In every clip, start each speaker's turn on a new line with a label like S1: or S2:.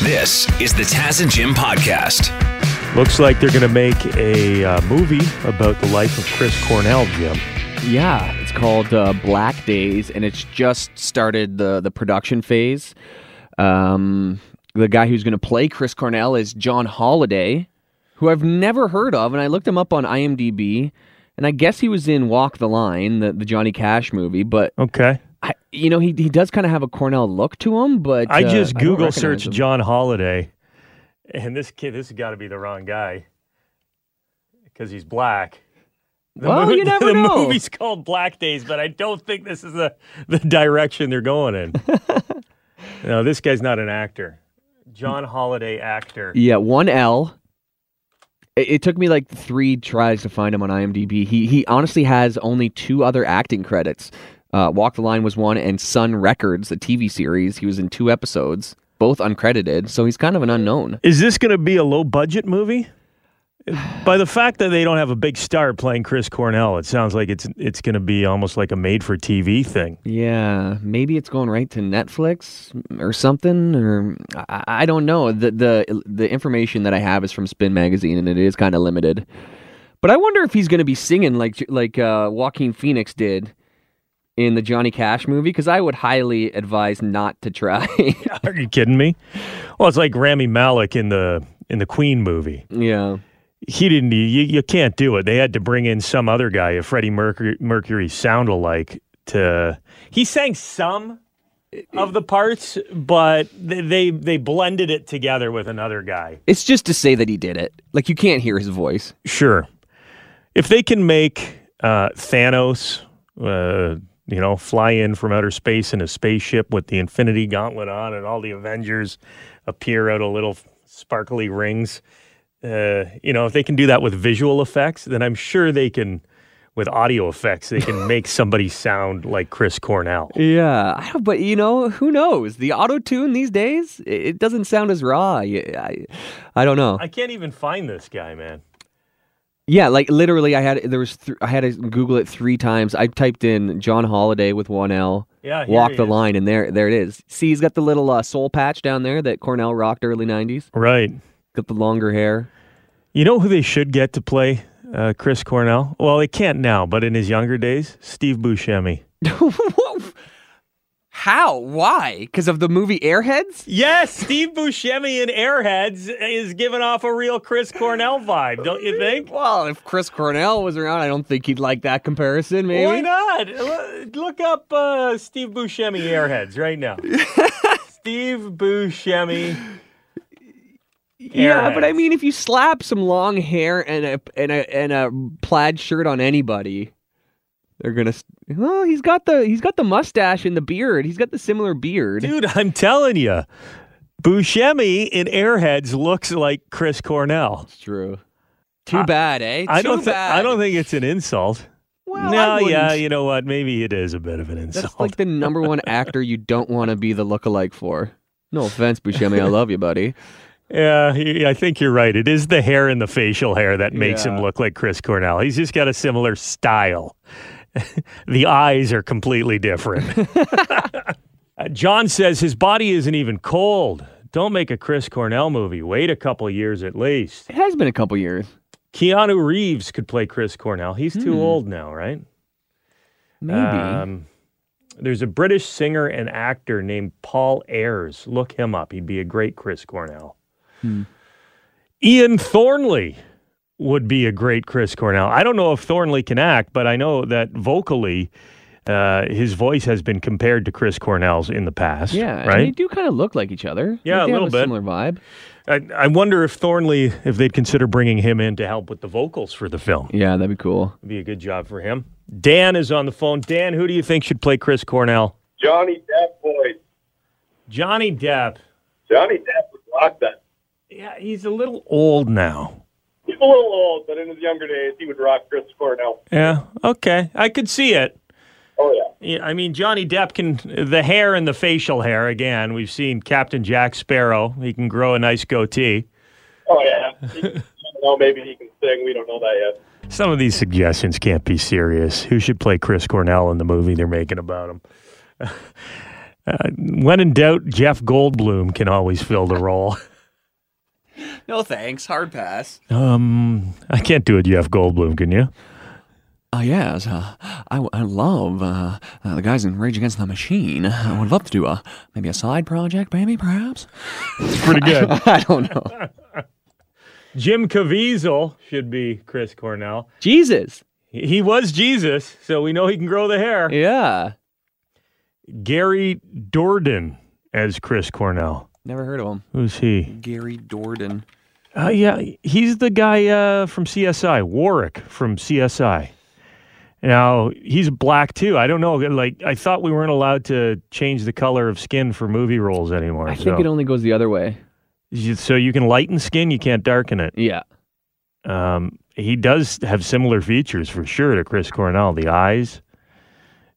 S1: This is the Taz and Jim podcast.
S2: Looks like they're going to make a uh, movie about the life of Chris Cornell, Jim.
S3: Yeah, it's called uh, Black Days, and it's just started the the production phase. Um, the guy who's going to play Chris Cornell is John Holliday, who I've never heard of, and I looked him up on IMDb, and I guess he was in Walk the Line, the, the Johnny Cash movie. But
S2: Okay.
S3: I, you know, he he does kind of have a Cornell look to him. But
S2: I
S3: uh,
S2: just
S3: don't
S2: Google
S3: recognize
S2: searched
S3: him.
S2: John Holiday, and this kid, this has got to be the wrong guy because he's black. The
S3: Well, you never
S2: the
S3: know.
S2: movie's called Black Days, but I don't think this is the, the direction they're going in. no, this guy's not an actor. John
S3: Hmm.
S2: Holiday actor.
S3: Yeah, one L. It, it took me like three tries to find him on IMDb. He he honestly has only two other acting credits. Uh, Walk the Line was one, and Sun Records, the TV series, he was in two episodes, both uncredited. So he's kind of an unknown.
S2: Is this going to be a low budget movie? By the fact that they don't have a big star playing Chris Cornell, it sounds like it's it's going to be almost like a made for TV thing.
S3: Yeah, maybe it's going right to Netflix mm, or something, or I, I don't know. the the uh, The information that I have is from Spin Magazine, and it is kind of limited. But I wonder if he's going to be singing like like uh, Joaquin Phoenix did in the Johnny Cash movie, because I would highly advise not to try.
S2: Are you kidding me? Well, it's like Rami Malek in the in the Queen movie.
S3: yeah,
S2: He didn't. You, you can't do it. They had to bring in some other guy, a Freddie Mercury, Mercury sound alike. To he sang some of the parts, but they, they they blended it together with another guy.
S3: it's just to say that he did it. Like you can't hear his voice.
S2: Sure. If they can make uh, Thanos, uh, you know, fly in from outer space in a spaceship with the Infinity Gauntlet on and all the Avengers appear out of little sparkly rings, uh, you know, if they can do that with visual effects, then I'm sure they can, with audio effects, they can make somebody sound like Chris Cornell.
S3: Yeah, I don't, but you know, who knows? The auto tune these days, it, it doesn't sound as raw. Y- I, I don't know.
S2: I can't even find this guy, man.
S3: Yeah, like literally, I had there was th- I had to Google it three times. I typed in John Holiday with one L.
S2: Yeah, here
S3: walk
S2: he
S3: the
S2: is.
S3: line, and there there it is. See, he's got the little uh, soul patch down there that Cornell rocked early '90s.
S2: Right.
S3: Got the longer hair.
S2: You know who they should get to play uh, Chris Cornell? Well, they can't now, but in his younger days, Steve Buscemi.
S3: What? How? Why? Because of the movie Airheads?
S2: Yes, Steve Buscemi in Airheads is giving off a real Chris Cornell vibe, don't you think?
S3: Well, if Chris Cornell was around, I don't think he'd like that comparison. Maybe.
S2: Why not? L- Look up uh, Steve Buscemi Airheads right now. Steve Buscemi.
S3: Yeah, but I
S2: Airheads.
S3: mean, if you slap some long hair and a and a and a plaid shirt on anybody, they're gonna. s- Well, he's got the he's got the mustache and the beard. He's got the similar beard.
S2: Dude, I'm telling you, Buscemi in Airheads looks like Chris Cornell.
S3: It's true. Too bad, eh?
S2: I
S3: Too
S2: don't, thi-
S3: bad.
S2: I don't think it's an insult.
S3: Well, I
S2: no, yeah,
S3: wouldn't.
S2: you know what? Maybe it is a bit of an insult.
S3: That's like the number one actor you don't want to be the lookalike for. No offense, Buscemi. I love you, buddy.
S2: Yeah, he- I think you're right. It is the hair and the facial hair that makes him
S3: Yeah.
S2: look like Chris Cornell. He's just got a similar style. the eyes are completely different. Uh, John says his body isn't even cold. Don't make a Chris Cornell movie. Wait a couple years at least.
S3: It has been a couple years.
S2: Keanu Reeves could play Chris Cornell. He's too old now, right?
S3: Maybe.
S2: Um, there's a British singer and actor named Paul Ayres. Look him up. He'd be a great Chris Cornell.
S3: Hmm.
S2: Ian Thornley would be a great Chris Cornell. I don't know if Thornley can act, but I know that vocally, uh, his voice has been compared to Chris Cornell's in the past.
S3: yeah, and they
S2: right.
S3: do kind of look like each other.
S2: Yeah, a
S3: Like, they have
S2: little bit.
S3: Similar vibe.
S2: I, I wonder if Thornley, if they'd consider bringing him in to help with the vocals for the film.
S3: Yeah, that'd be cool.
S2: It'd be a good job for him. Dan is on the phone. Dan, who do you think should play Chris Cornell?
S4: Johnny Depp boy.
S2: Johnny Depp.
S4: Johnny Depp was rock that.
S2: Yeah, he's a little old now.
S4: He's a little old, but in his younger days, he would rock Chris Cornell.
S2: Yeah. Okay. I could see it.
S4: Oh yeah.
S2: Yeah, I mean, Johnny Depp can, the hair and the facial hair, again, we've seen Captain Jack Sparrow. He can grow a nice goatee.
S4: Oh yeah. He, I don't know, maybe he can sing. We don't know that yet.
S2: Some of these suggestions can't be serious. Who should play Chris Cornell in the movie they're making about him? Uh, when in doubt, Jeff Goldblum can always fill the role.
S3: No thanks. Hard pass.
S2: Um, I can't do a Jeff Goldblum, can you?
S3: Uh, yes, uh, I, I love uh, uh, the guys in Rage Against the Machine. I would love to do a maybe a side project, maybe perhaps.
S2: It's pretty good.
S3: I don't know.
S2: Jim Caviezel should be Chris Cornell.
S3: Jesus.
S2: He he was Jesus, so we know he can grow the hair.
S3: Yeah.
S2: Gary Dordan as Chris Cornell.
S3: Never heard of him.
S2: Who's he?
S3: Gary Dordan.
S2: Uh, yeah, he's the guy uh, from CSI, Warwick from CSI. Now he's black too. I don't know. Like I thought we weren't allowed to change the color of skin for movie roles anymore.
S3: I think
S2: so.
S3: it only goes the other way.
S2: You- so you can lighten skin, you can't darken it.
S3: Yeah.
S2: Um, he does have similar features for sure to Chris Cornell. The eyes,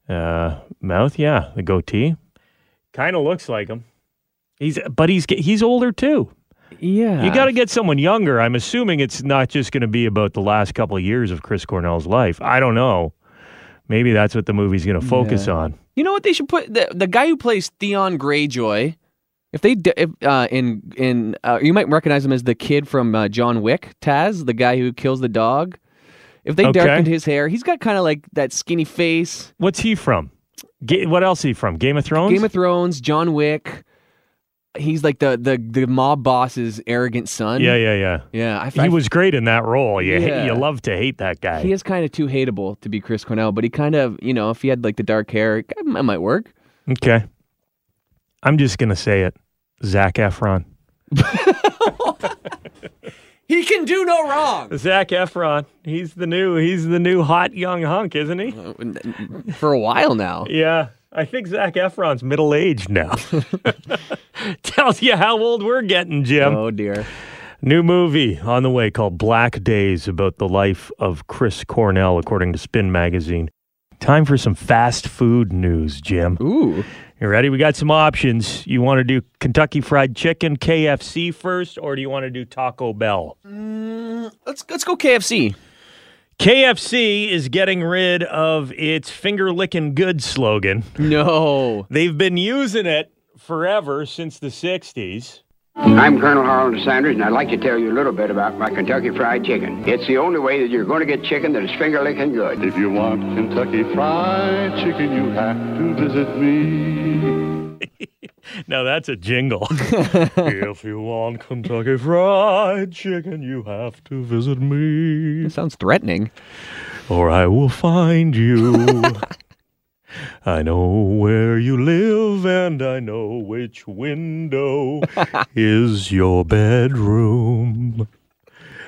S2: uh, mouth, yeah, the goatee, kind of looks like him. He's but he's ge- he's older too.
S3: Yeah.
S2: You got to get someone younger. I'm assuming it's not just going to be about the last couple of years of Chris Cornell's life. I don't know. Maybe that's what the movie's going to focus
S3: Yeah.
S2: on.
S3: You know what they should put the the guy who plays Theon Greyjoy. If they d- if, uh, in in uh, you might recognize him as the kid from uh, John Wick, Taz, the guy who kills the dog. If they
S2: Okay.
S3: darkened his hair, he's got kind of like that skinny face.
S2: What's he from? Ga- what else he from? Game of Thrones.
S3: Game of Thrones, John Wick. He's like the the the mob boss's arrogant son.
S2: yeah, yeah, yeah.
S3: yeah. I,
S2: He
S3: I-
S2: was great in that role. You, ha-
S3: Yeah.
S2: you love to hate that guy.
S3: He is kind of too hateable to be Chris Cornell, but he kind of you know if he had like the dark hair, it it might work.
S2: Okay. I'm just going to say it. Zach Efron.
S3: He can do no wrong.
S2: Zach Efron. He's the new he's the new hot young hunk, isn't he?
S3: For a while now.
S2: Yeah. I think Zach Efron's middle aged now. Tells you how old we're getting, Jim.
S3: Oh dear.
S2: New movie on the way called Black Days about the life of Chris Cornell, according to Spin Magazine. Time for some fast food news, Jim.
S3: Ooh.
S2: You ready? We got some options. You want to do Kentucky Fried Chicken, KFC first, or do you want to do Taco Bell?
S3: Let's let's go KFC.
S2: KFC is getting rid of its finger licking good slogan.
S3: No.
S2: They've been using it forever since the 60s.
S5: I'm Colonel Harold Sanders, and I'd like to tell you a little bit about my Kentucky Fried Chicken. It's the only way that you're going to get chicken that is finger licking good.
S6: If you want Kentucky Fried Chicken, you have to visit me.
S2: Now that's a jingle. if you want Kentucky Fried Chicken, you have to visit me.
S3: It sounds threatening.
S2: or I will find you. I know where you live, and I know which window is your bedroom.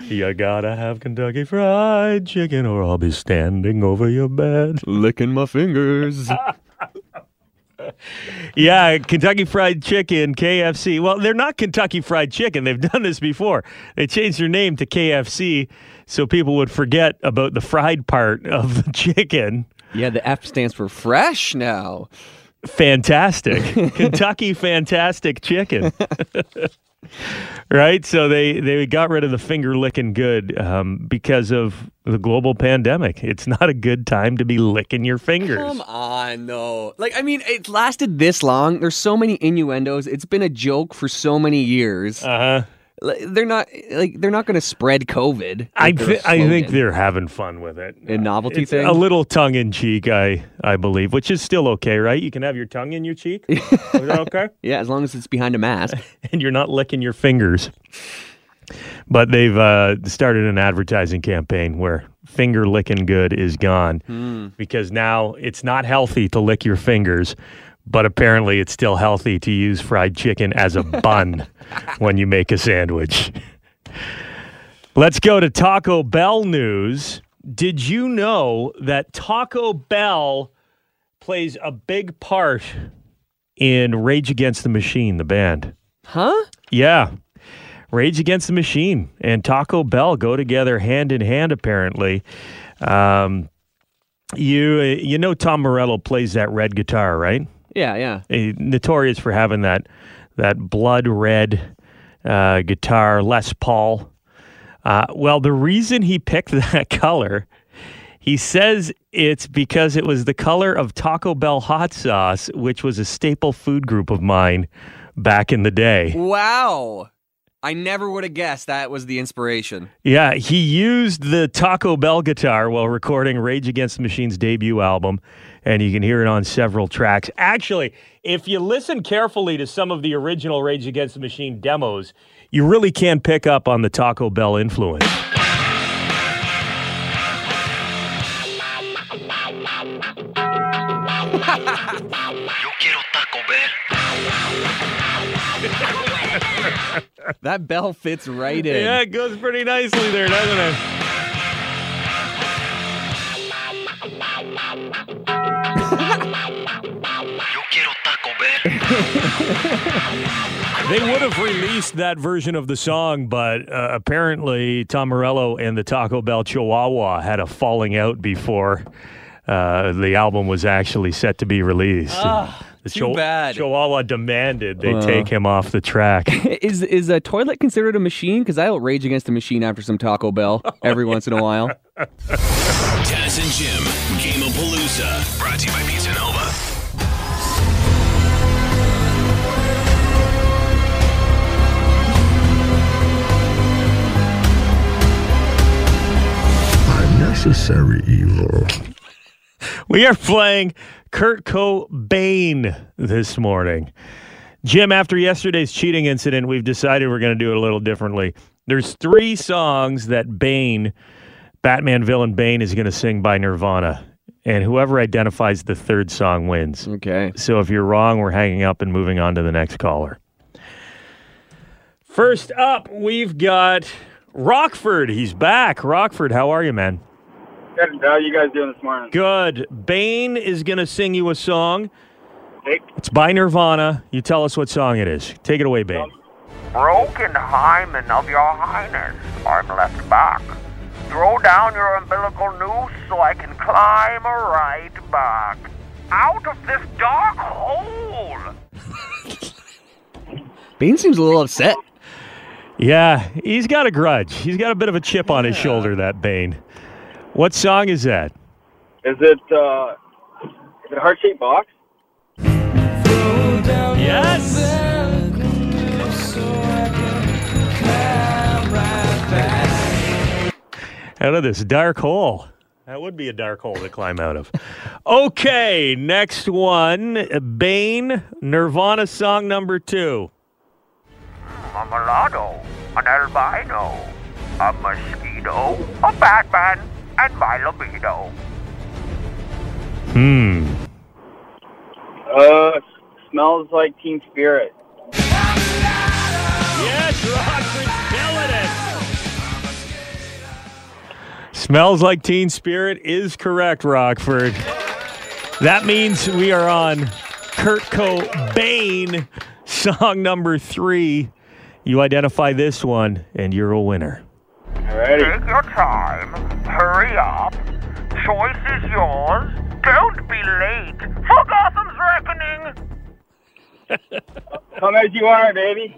S2: You gotta have Kentucky Fried Chicken, or I'll be standing over your bed.
S3: Licking my fingers.
S2: Yeah, Kentucky Fried Chicken, KFC. Well, they're not Kentucky Fried Chicken. They've done this before. They changed their name to KFC so people would forget about the fried part of the chicken.
S3: yeah, the F stands for fresh now.
S2: fantastic kentucky fantastic chicken right so they they got rid of the finger licking good um, because of the global pandemic it's not a good time to be licking your fingers
S3: Come on, though. Like, I mean, it's lasted this long. There's so many innuendos. It's been a joke for so many years.
S2: uh-huh
S3: Like, they're not like they're not going to spread COVID. with
S2: I,
S3: their
S2: thi- I think
S3: slogan.
S2: they're having fun with it.
S3: A novelty
S2: It's
S3: thing?
S2: A little tongue in cheek, I I believe, which is still okay, right? You can have your tongue in your cheek. is that okay?
S3: yeah, as long as it's behind a mask.
S2: and you're not licking your fingers. But they've uh, started an advertising campaign where finger licking good is gone because now it's not healthy to lick your fingers, but apparently it's still healthy to use fried chicken as a bun when you make a sandwich. Let's go to Taco Bell news. Did you know that Taco Bell plays a big part in Rage Against the Machine, the band?
S3: Huh?
S2: Yeah. Rage Against the Machine and Taco Bell go together hand in hand, apparently. Um, you you know Tom Morello plays that red guitar, right?
S3: Yeah, yeah.
S2: Eh, Notorious for having that that blood red uh, guitar, Les Paul. Uh, well, the reason he picked that color, He says it's because it was the color of Taco Bell hot sauce, which was a staple food group of mine back in the day.
S3: Wow. I never would have guessed that was the inspiration.
S2: Yeah, he used the Taco Bell guitar while recording Rage Against the Machine's debut album, and you can hear it on several tracks. Actually, if you listen carefully to some of the original Rage Against the Machine demos, you really can pick up on the Taco Bell influence.
S3: That bell fits right in.
S2: Yeah, it goes pretty nicely there, doesn't it? They would have released that version of the song, but uh, apparently Tom Morello and the Taco Bell Chihuahua had a falling out before uh, the album was actually set to be released. the
S3: too bad.
S2: Chihuahua demanded they take him off the track.
S3: Is is a toilet considered a machine? Because I'll rage against a machine after some Taco Bell
S2: Oh,
S3: every once in a while.
S1: Taz and Jim, Game of Palooza, brought to you by Pizza Nova.
S7: Unnecessary evil.
S2: We are playing Kurt Cobain this morning. Jim, after yesterday's cheating incident, we've decided we're going to do it a little differently. There's three songs that Bane, Batman villain Bane, is going to sing by Nirvana. And whoever identifies the third song wins.
S3: Okay.
S2: So if you're wrong, we're hanging up and moving on to the next caller. First up, we've got Rockford. He's back. Rockford, how are you, man?
S4: Good. How you guys doing this morning?
S2: Good. Bane is going to sing you a song.
S4: Hey.
S2: It's by Nirvana. You tell us what song it is. Take it away, Bane.
S8: broken hymen of your highness, I'm left back. Throw down your umbilical noose so I can climb right back. Out of this dark hole!
S3: Bane seems a little upset.
S2: Yeah, he's got a grudge. He's got a bit of a chip on his shoulder, that Bane. What song is that?
S4: Is it uh, is it a heart shaped box?
S2: Yes! Out of this dark hole. That would be a dark hole to climb out of. Okay, next one Bane, Nirvana song number two.
S8: A mulatto, an albino, a mosquito, a Batman, and my libido.
S2: Hmm.
S4: Uh, smells like Teen Spirit.
S2: Yes, Rockford's killing it. Smells like Teen Spirit is correct, Rockford. That means we are on Kurt Cobain, song number three. You identify this one, and you're a winner.
S4: Alrighty.
S8: Take your time. Hurry up. Choice is yours. Don't be late for Gotham's reckoning.
S4: Come as you are, baby.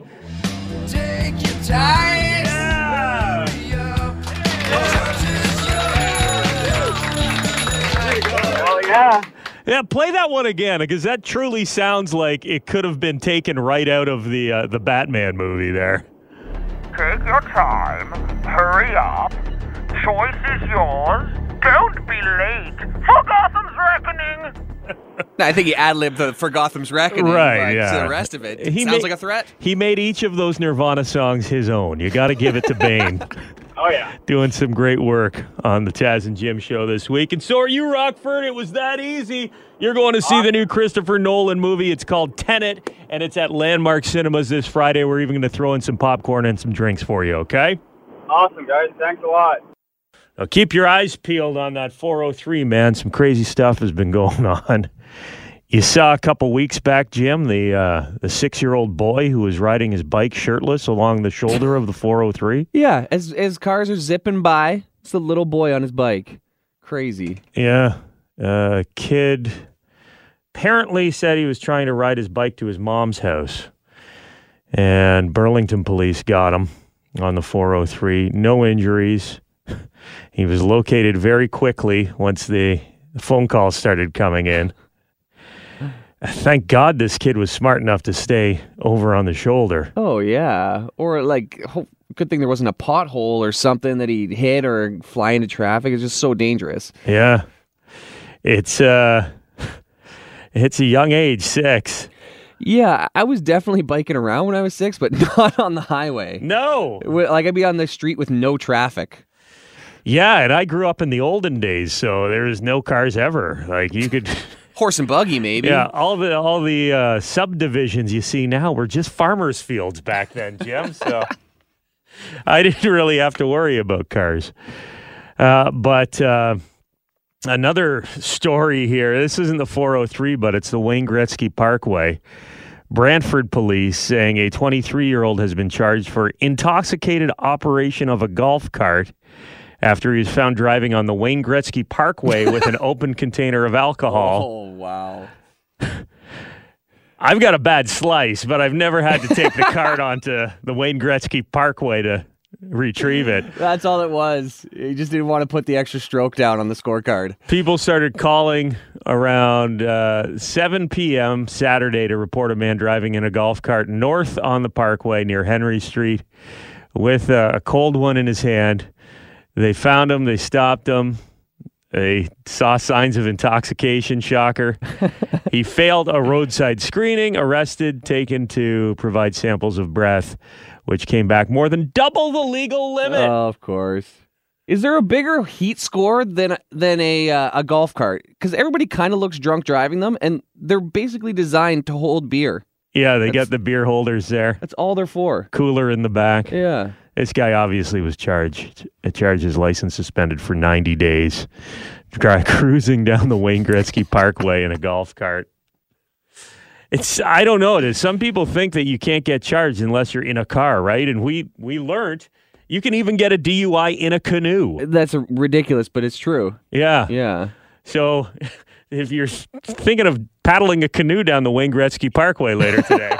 S4: Well, yeah.
S2: Yeah, play that one again because that truly sounds like it could have been taken right out of the uh, the Batman movie. There.
S8: Take your time. Hurry up. Choice is yours. Don't be late for Gotham's reckoning.
S3: I think he ad libbed for Gotham's reckoning.
S2: Right, yeah.
S3: To the rest of it,
S2: He
S3: sounds
S2: ma-
S3: like a threat.
S2: He made each of those Nirvana songs his own. You got to give it to Bane.
S4: Oh yeah.
S2: Doing some great work on the Taz and Jim show this week. And so are you, Rockford. It was that easy. You're going to see the new Christopher Nolan movie. It's called Tenet, and it's at Landmark Cinemas this Friday. We're even going to throw in some popcorn and some drinks for you, okay?
S4: Awesome, guys. Thanks a lot.
S2: Now keep your eyes peeled on that 403, man. Some crazy stuff has been going on. You saw a couple weeks back, Jim, the uh, the six year old boy who was riding his bike shirtless along the shoulder of the 403.
S3: Yeah. As as cars are zipping by, it's the little boy on his bike. Crazy.
S2: Yeah, uh, kid apparently said he was trying to ride his bike to his mom's house, and Burlington police got him on the 403. No injuries. He was located very quickly once the phone calls started coming in. Thank God this kid was smart enough to stay over on the shoulder.
S3: Oh yeah, or like, ho- good thing there wasn't a pothole or something that he hit or fly into traffic. It's just so dangerous.
S2: Yeah. It's uh it's a young age, six.
S3: Yeah, I was definitely biking around when I was six, but not on the highway.
S2: No.
S3: Wi- Like I'd be on the street with no traffic.
S2: Yeah, and I grew up in the olden days, so there was no cars ever. Like you could
S3: Horse and buggy, maybe.
S2: Yeah, all the all the uh, subdivisions you see now were just farmers fields back then, Jim. So I didn't really have to worry about cars. Uh, but uh, another story here. This isn't the 403, but it's the Wayne Gretzky Parkway. Brantford police saying a 23 year old has been charged for intoxicated operation of a golf cart after he was found driving on the Wayne Gretzky Parkway with an open container of alcohol.
S3: Oh wow.
S2: I've got a bad slice, but I've never had to take the cart onto the Wayne Gretzky Parkway to retrieve it.
S3: That's all it was. He just didn't want to put the extra stroke down on the scorecard.
S2: People started calling around uh, 7 p.m. Saturday to report a man driving in a golf cart north on the parkway near Henry Street with uh, a cold one in his hand. They found him, they stopped him, they saw signs of intoxication, shocker. he failed a roadside screening, arrested, taken to provide samples of breath, which came back more than double the legal limit.
S3: Oh, of course. Is there a bigger heat score than than a uh, a golf cart? Because everybody kind of looks drunk driving them, and they're basically designed to hold beer.
S2: yeah, they
S3: that's-
S2: got the beer holders there,
S3: That's all they're for.
S2: cooler in the back.
S3: Yeah.
S2: This guy obviously was charged. uh, Charged his license suspended for 90 days. Dri- Cruising down the Wayne Gretzky Parkway in a golf cart. It's I don't know. There's some people think that you can't get charged unless you're in a car, right? And we we learned you can even get a DUI in a canoe.
S3: That's ridiculous, but it's true.
S2: Yeah.
S3: Yeah.
S2: So if you're thinking of paddling a canoe down the Wayne Gretzky Parkway later today.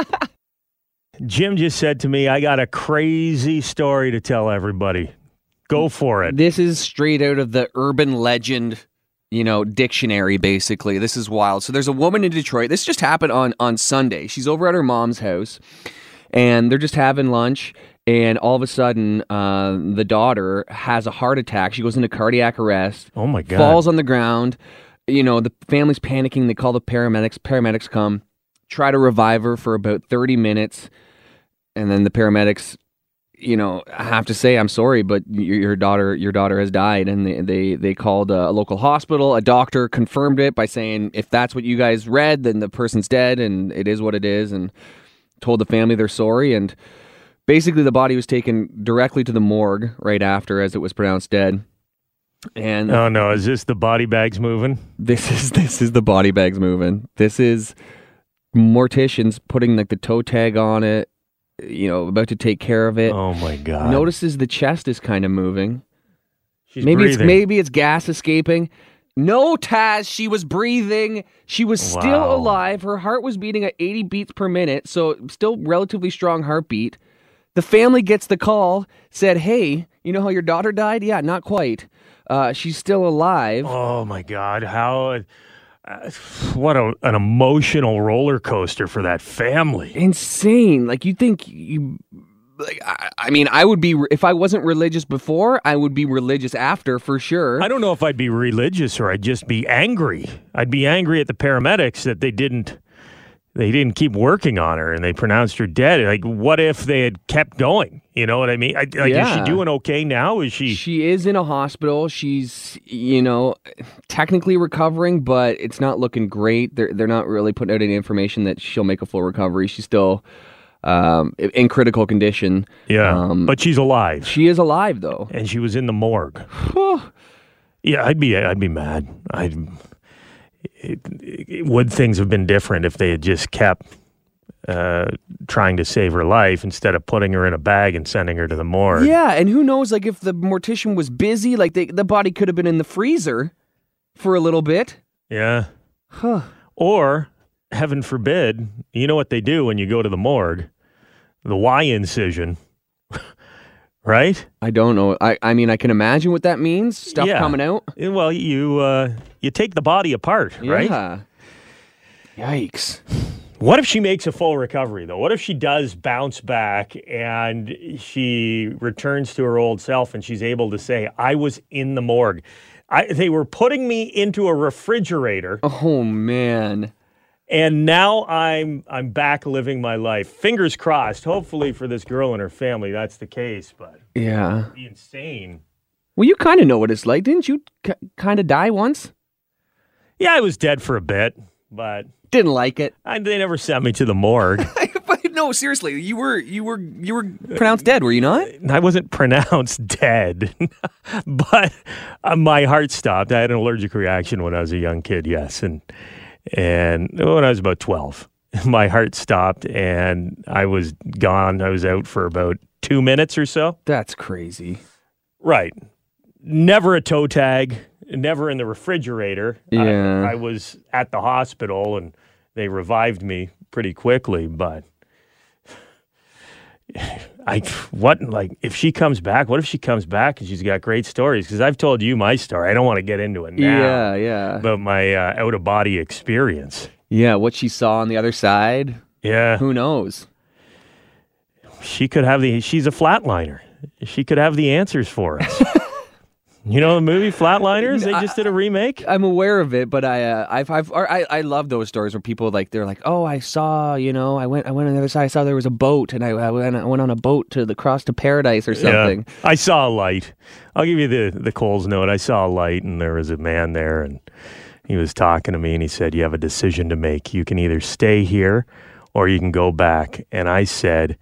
S2: Jim just said to me, I got a crazy story to tell everybody. Go for it.
S3: This is straight out of the urban legend, you know, dictionary basically. This is wild. So there's a woman in Detroit. This just happened on on Sunday. She's over at her mom's house and they're just having lunch and all of a sudden uh, the daughter has a heart attack. She goes into cardiac arrest.
S2: Oh my God.
S3: falls on the ground. You know, the family's panicking. They call the paramedics. Paramedics come, try to revive her for about 30 minutes. And then the paramedics, you know, have to say, I'm sorry, but your, your daughter, your daughter has died. And they, they, they called a, a local hospital. A doctor confirmed it by saying, if that's what you guys read, then the person's dead and it is what it is. And told the family they're sorry. And basically the body was taken directly to the morgue right after as it was pronounced dead. And
S2: Oh no, is this the body bags moving?
S3: this is this is the body bags moving. This is morticians putting like the toe tag on it, you know, about to take care of it.
S2: Oh my god.
S3: Notices the chest is kind of moving.
S2: She's
S3: maybe it's
S2: breathing.
S3: maybe it's gas escaping. No, Taz, she was breathing. She was still
S2: Wow.
S3: alive. Her heart was beating at 80 beats per minute, so still relatively strong heartbeat. The family gets the call, said, "Hey, you know how your daughter died? Yeah, not quite. Uh, she's still alive."
S2: Oh my god, how uh, what a, an emotional roller coaster for that family.
S3: insane. Like you think you like I, I mean I would be if I wasn't religious before, I would be religious after for sure.
S2: I don't know if I'd be religious or I'd just be angry. I'd be angry at the paramedics that they didn't they didn't keep working on her and they pronounced her dead. Like what if they had kept going? You know what I mean? I, like is she
S3: Yeah.
S2: doing okay now? Is she
S3: she is in a hospital. She's, you know, technically recovering, but it's not looking great. They're they're not really putting out any information that she'll make a full recovery. She's still um, i- in critical condition.
S2: Yeah.
S3: Um,
S2: but she's alive.
S3: She is alive though.
S2: and she was in the morgue. yeah, I'd be I'd be mad. I'd it, it- would things have been different if they had just kept uh, trying to save her life instead of putting her in a bag and sending her to the morgue.
S3: Yeah, and who knows? Like if the mortician was busy, like they, the body could have been in the freezer for a little bit.
S2: Yeah. Or heaven forbid, you know what they do when you go to the morgue? The Y incision. right?
S3: I don't know. I, I mean, I can imagine what that means. Stuff
S2: Yeah.
S3: coming out.
S2: Eh, Well, you uh, you take the body apart, right?
S3: Yeah. Yikes.
S2: What if she makes a full recovery though? What if she does bounce back and she returns to her old self and she's able to say, "I was in the morgue. I, they were putting me into a refrigerator,
S3: Oh man.
S2: and now I'm I'm back living my life." Fingers crossed. Hopefully for this girl and her family, that's the case. But it'd
S3: Yeah.
S2: be insane.
S3: Well, you kind of know what it's like, didn't you? K- kind of die once.
S2: Yeah, I was dead for a bit, but
S3: Didn't like it.
S2: I, they never sent me to the morgue.
S3: but no, seriously, you were you were you were pronounced dead, were you not?
S2: I wasn't pronounced dead, but uh, my heart stopped. I had an allergic reaction when I was a young kid, yes, and and when I was about twelve, my heart stopped and I was gone. I was out for about two minutes or so.
S3: That's crazy.
S2: Right, never a toe tag, never in the refrigerator. I-
S3: Yeah.
S2: I, was at the hospital and they revived me pretty quickly, but. I what like if she comes back? What if she comes back and she's got great stories? Because I've told you my story. I don't want to get into it now.
S3: Yeah, yeah,
S2: About my uh, out of body experience.
S3: yeah. What she saw on the other side,
S2: Yeah,
S3: who knows?
S2: she could have the. She's a flatliner. She could have the answers for us. you know the movie Flatliners? They just did a remake.
S3: I'm aware of it, but I, uh, I've, I've, or I, I love those stories where people like they're like, oh, I saw, you know, I went, I went on the other side, I saw there was a boat, and I, I went, I went on a boat to the cross to paradise or something.
S2: Yeah. I saw a light. I'll give you the the Coles note. I saw a light, and there was a man there, and he was talking to me, and he said, "You have a decision to make. You can either stay here, or you can go back." And I said,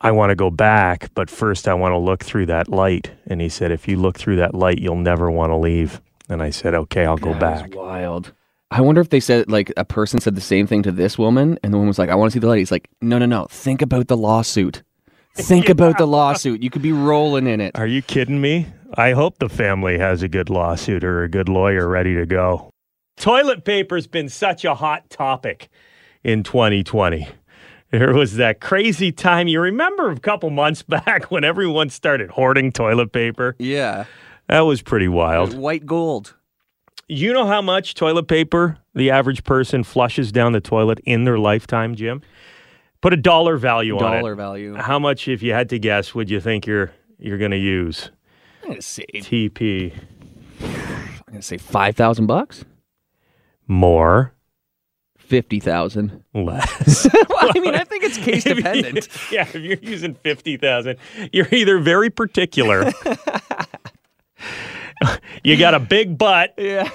S2: "I want to go back, but first I want to look through that light." And he said, "If you look through that light, you'll never want to leave." And I said, "Okay, I'll go
S3: That is
S2: back."
S3: wild. I wonder if they said like a person said the same thing to this woman, and the woman was like, I want to see the light. He's like, no, no, no. Think about the lawsuit. Think about the lawsuit. You could be rolling in it.
S2: Are you kidding me? I hope the family has a good lawsuit or a good lawyer ready to go. Toilet paper's been such a hot topic in 2020. There was that crazy time you remember a couple months back when everyone started hoarding toilet paper.
S3: Yeah.
S2: That was pretty wild.
S3: White gold.
S2: You know how much toilet paper the average person flushes down the toilet in their lifetime, Jim? Put a dollar value on it.
S3: Dollar value.
S2: How much, if you had to guess, would you think you're you're going to use?
S3: I'm gonna say, I'm
S2: TP.
S3: gonna say five thousand bucks,
S2: More.
S3: fifty thousand.
S2: less.
S3: well, I mean, I think it's case dependent.
S2: yeah, if you're using 50,000, you're either very particular. you got a big butt
S3: yeah.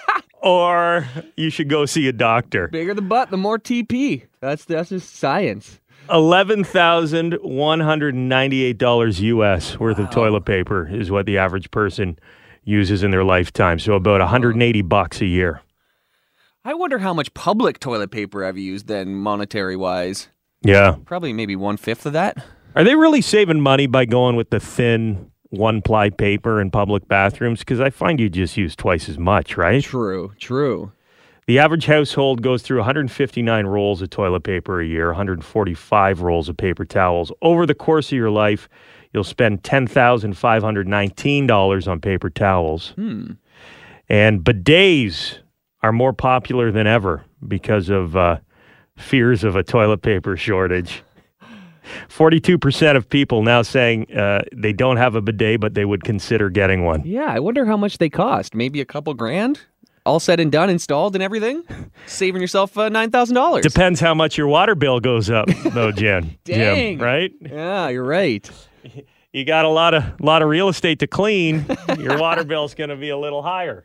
S2: or you should go see a doctor.
S3: Bigger the butt, the more TP. That's that's just science.
S2: $11,198 US worth of toilet paper is what the average person uses in their lifetime, so about 180 bucks a year.
S3: I wonder how much public toilet paper I've used then, monetary wise.
S2: Yeah.
S3: Probably maybe one fifth of that.
S2: Are they really saving money by going with the thin one ply paper in public bathrooms? Because I find you just use twice as much, right?
S3: True. True.
S2: The average household goes through 159 rolls of toilet paper a year, 145 rolls of paper towels. Over the course of your life, you'll spend $10,519 on paper towels. And bidets are more popular than ever because of uh, fears of a toilet paper shortage. 42% of people now saying uh, they don't have a bidet, but they would consider getting one.
S3: Yeah, I wonder how much they cost. Maybe a couple grand. All said and done, installed and everything, saving yourself uh, nine thousand dollars.
S2: Depends how much your water bill goes up, though, Jen.
S3: Dang.
S2: Jim, right?
S3: yeah, you're right.
S2: You got a lot of lot of real estate to clean. Your water bill's going to be a little higher.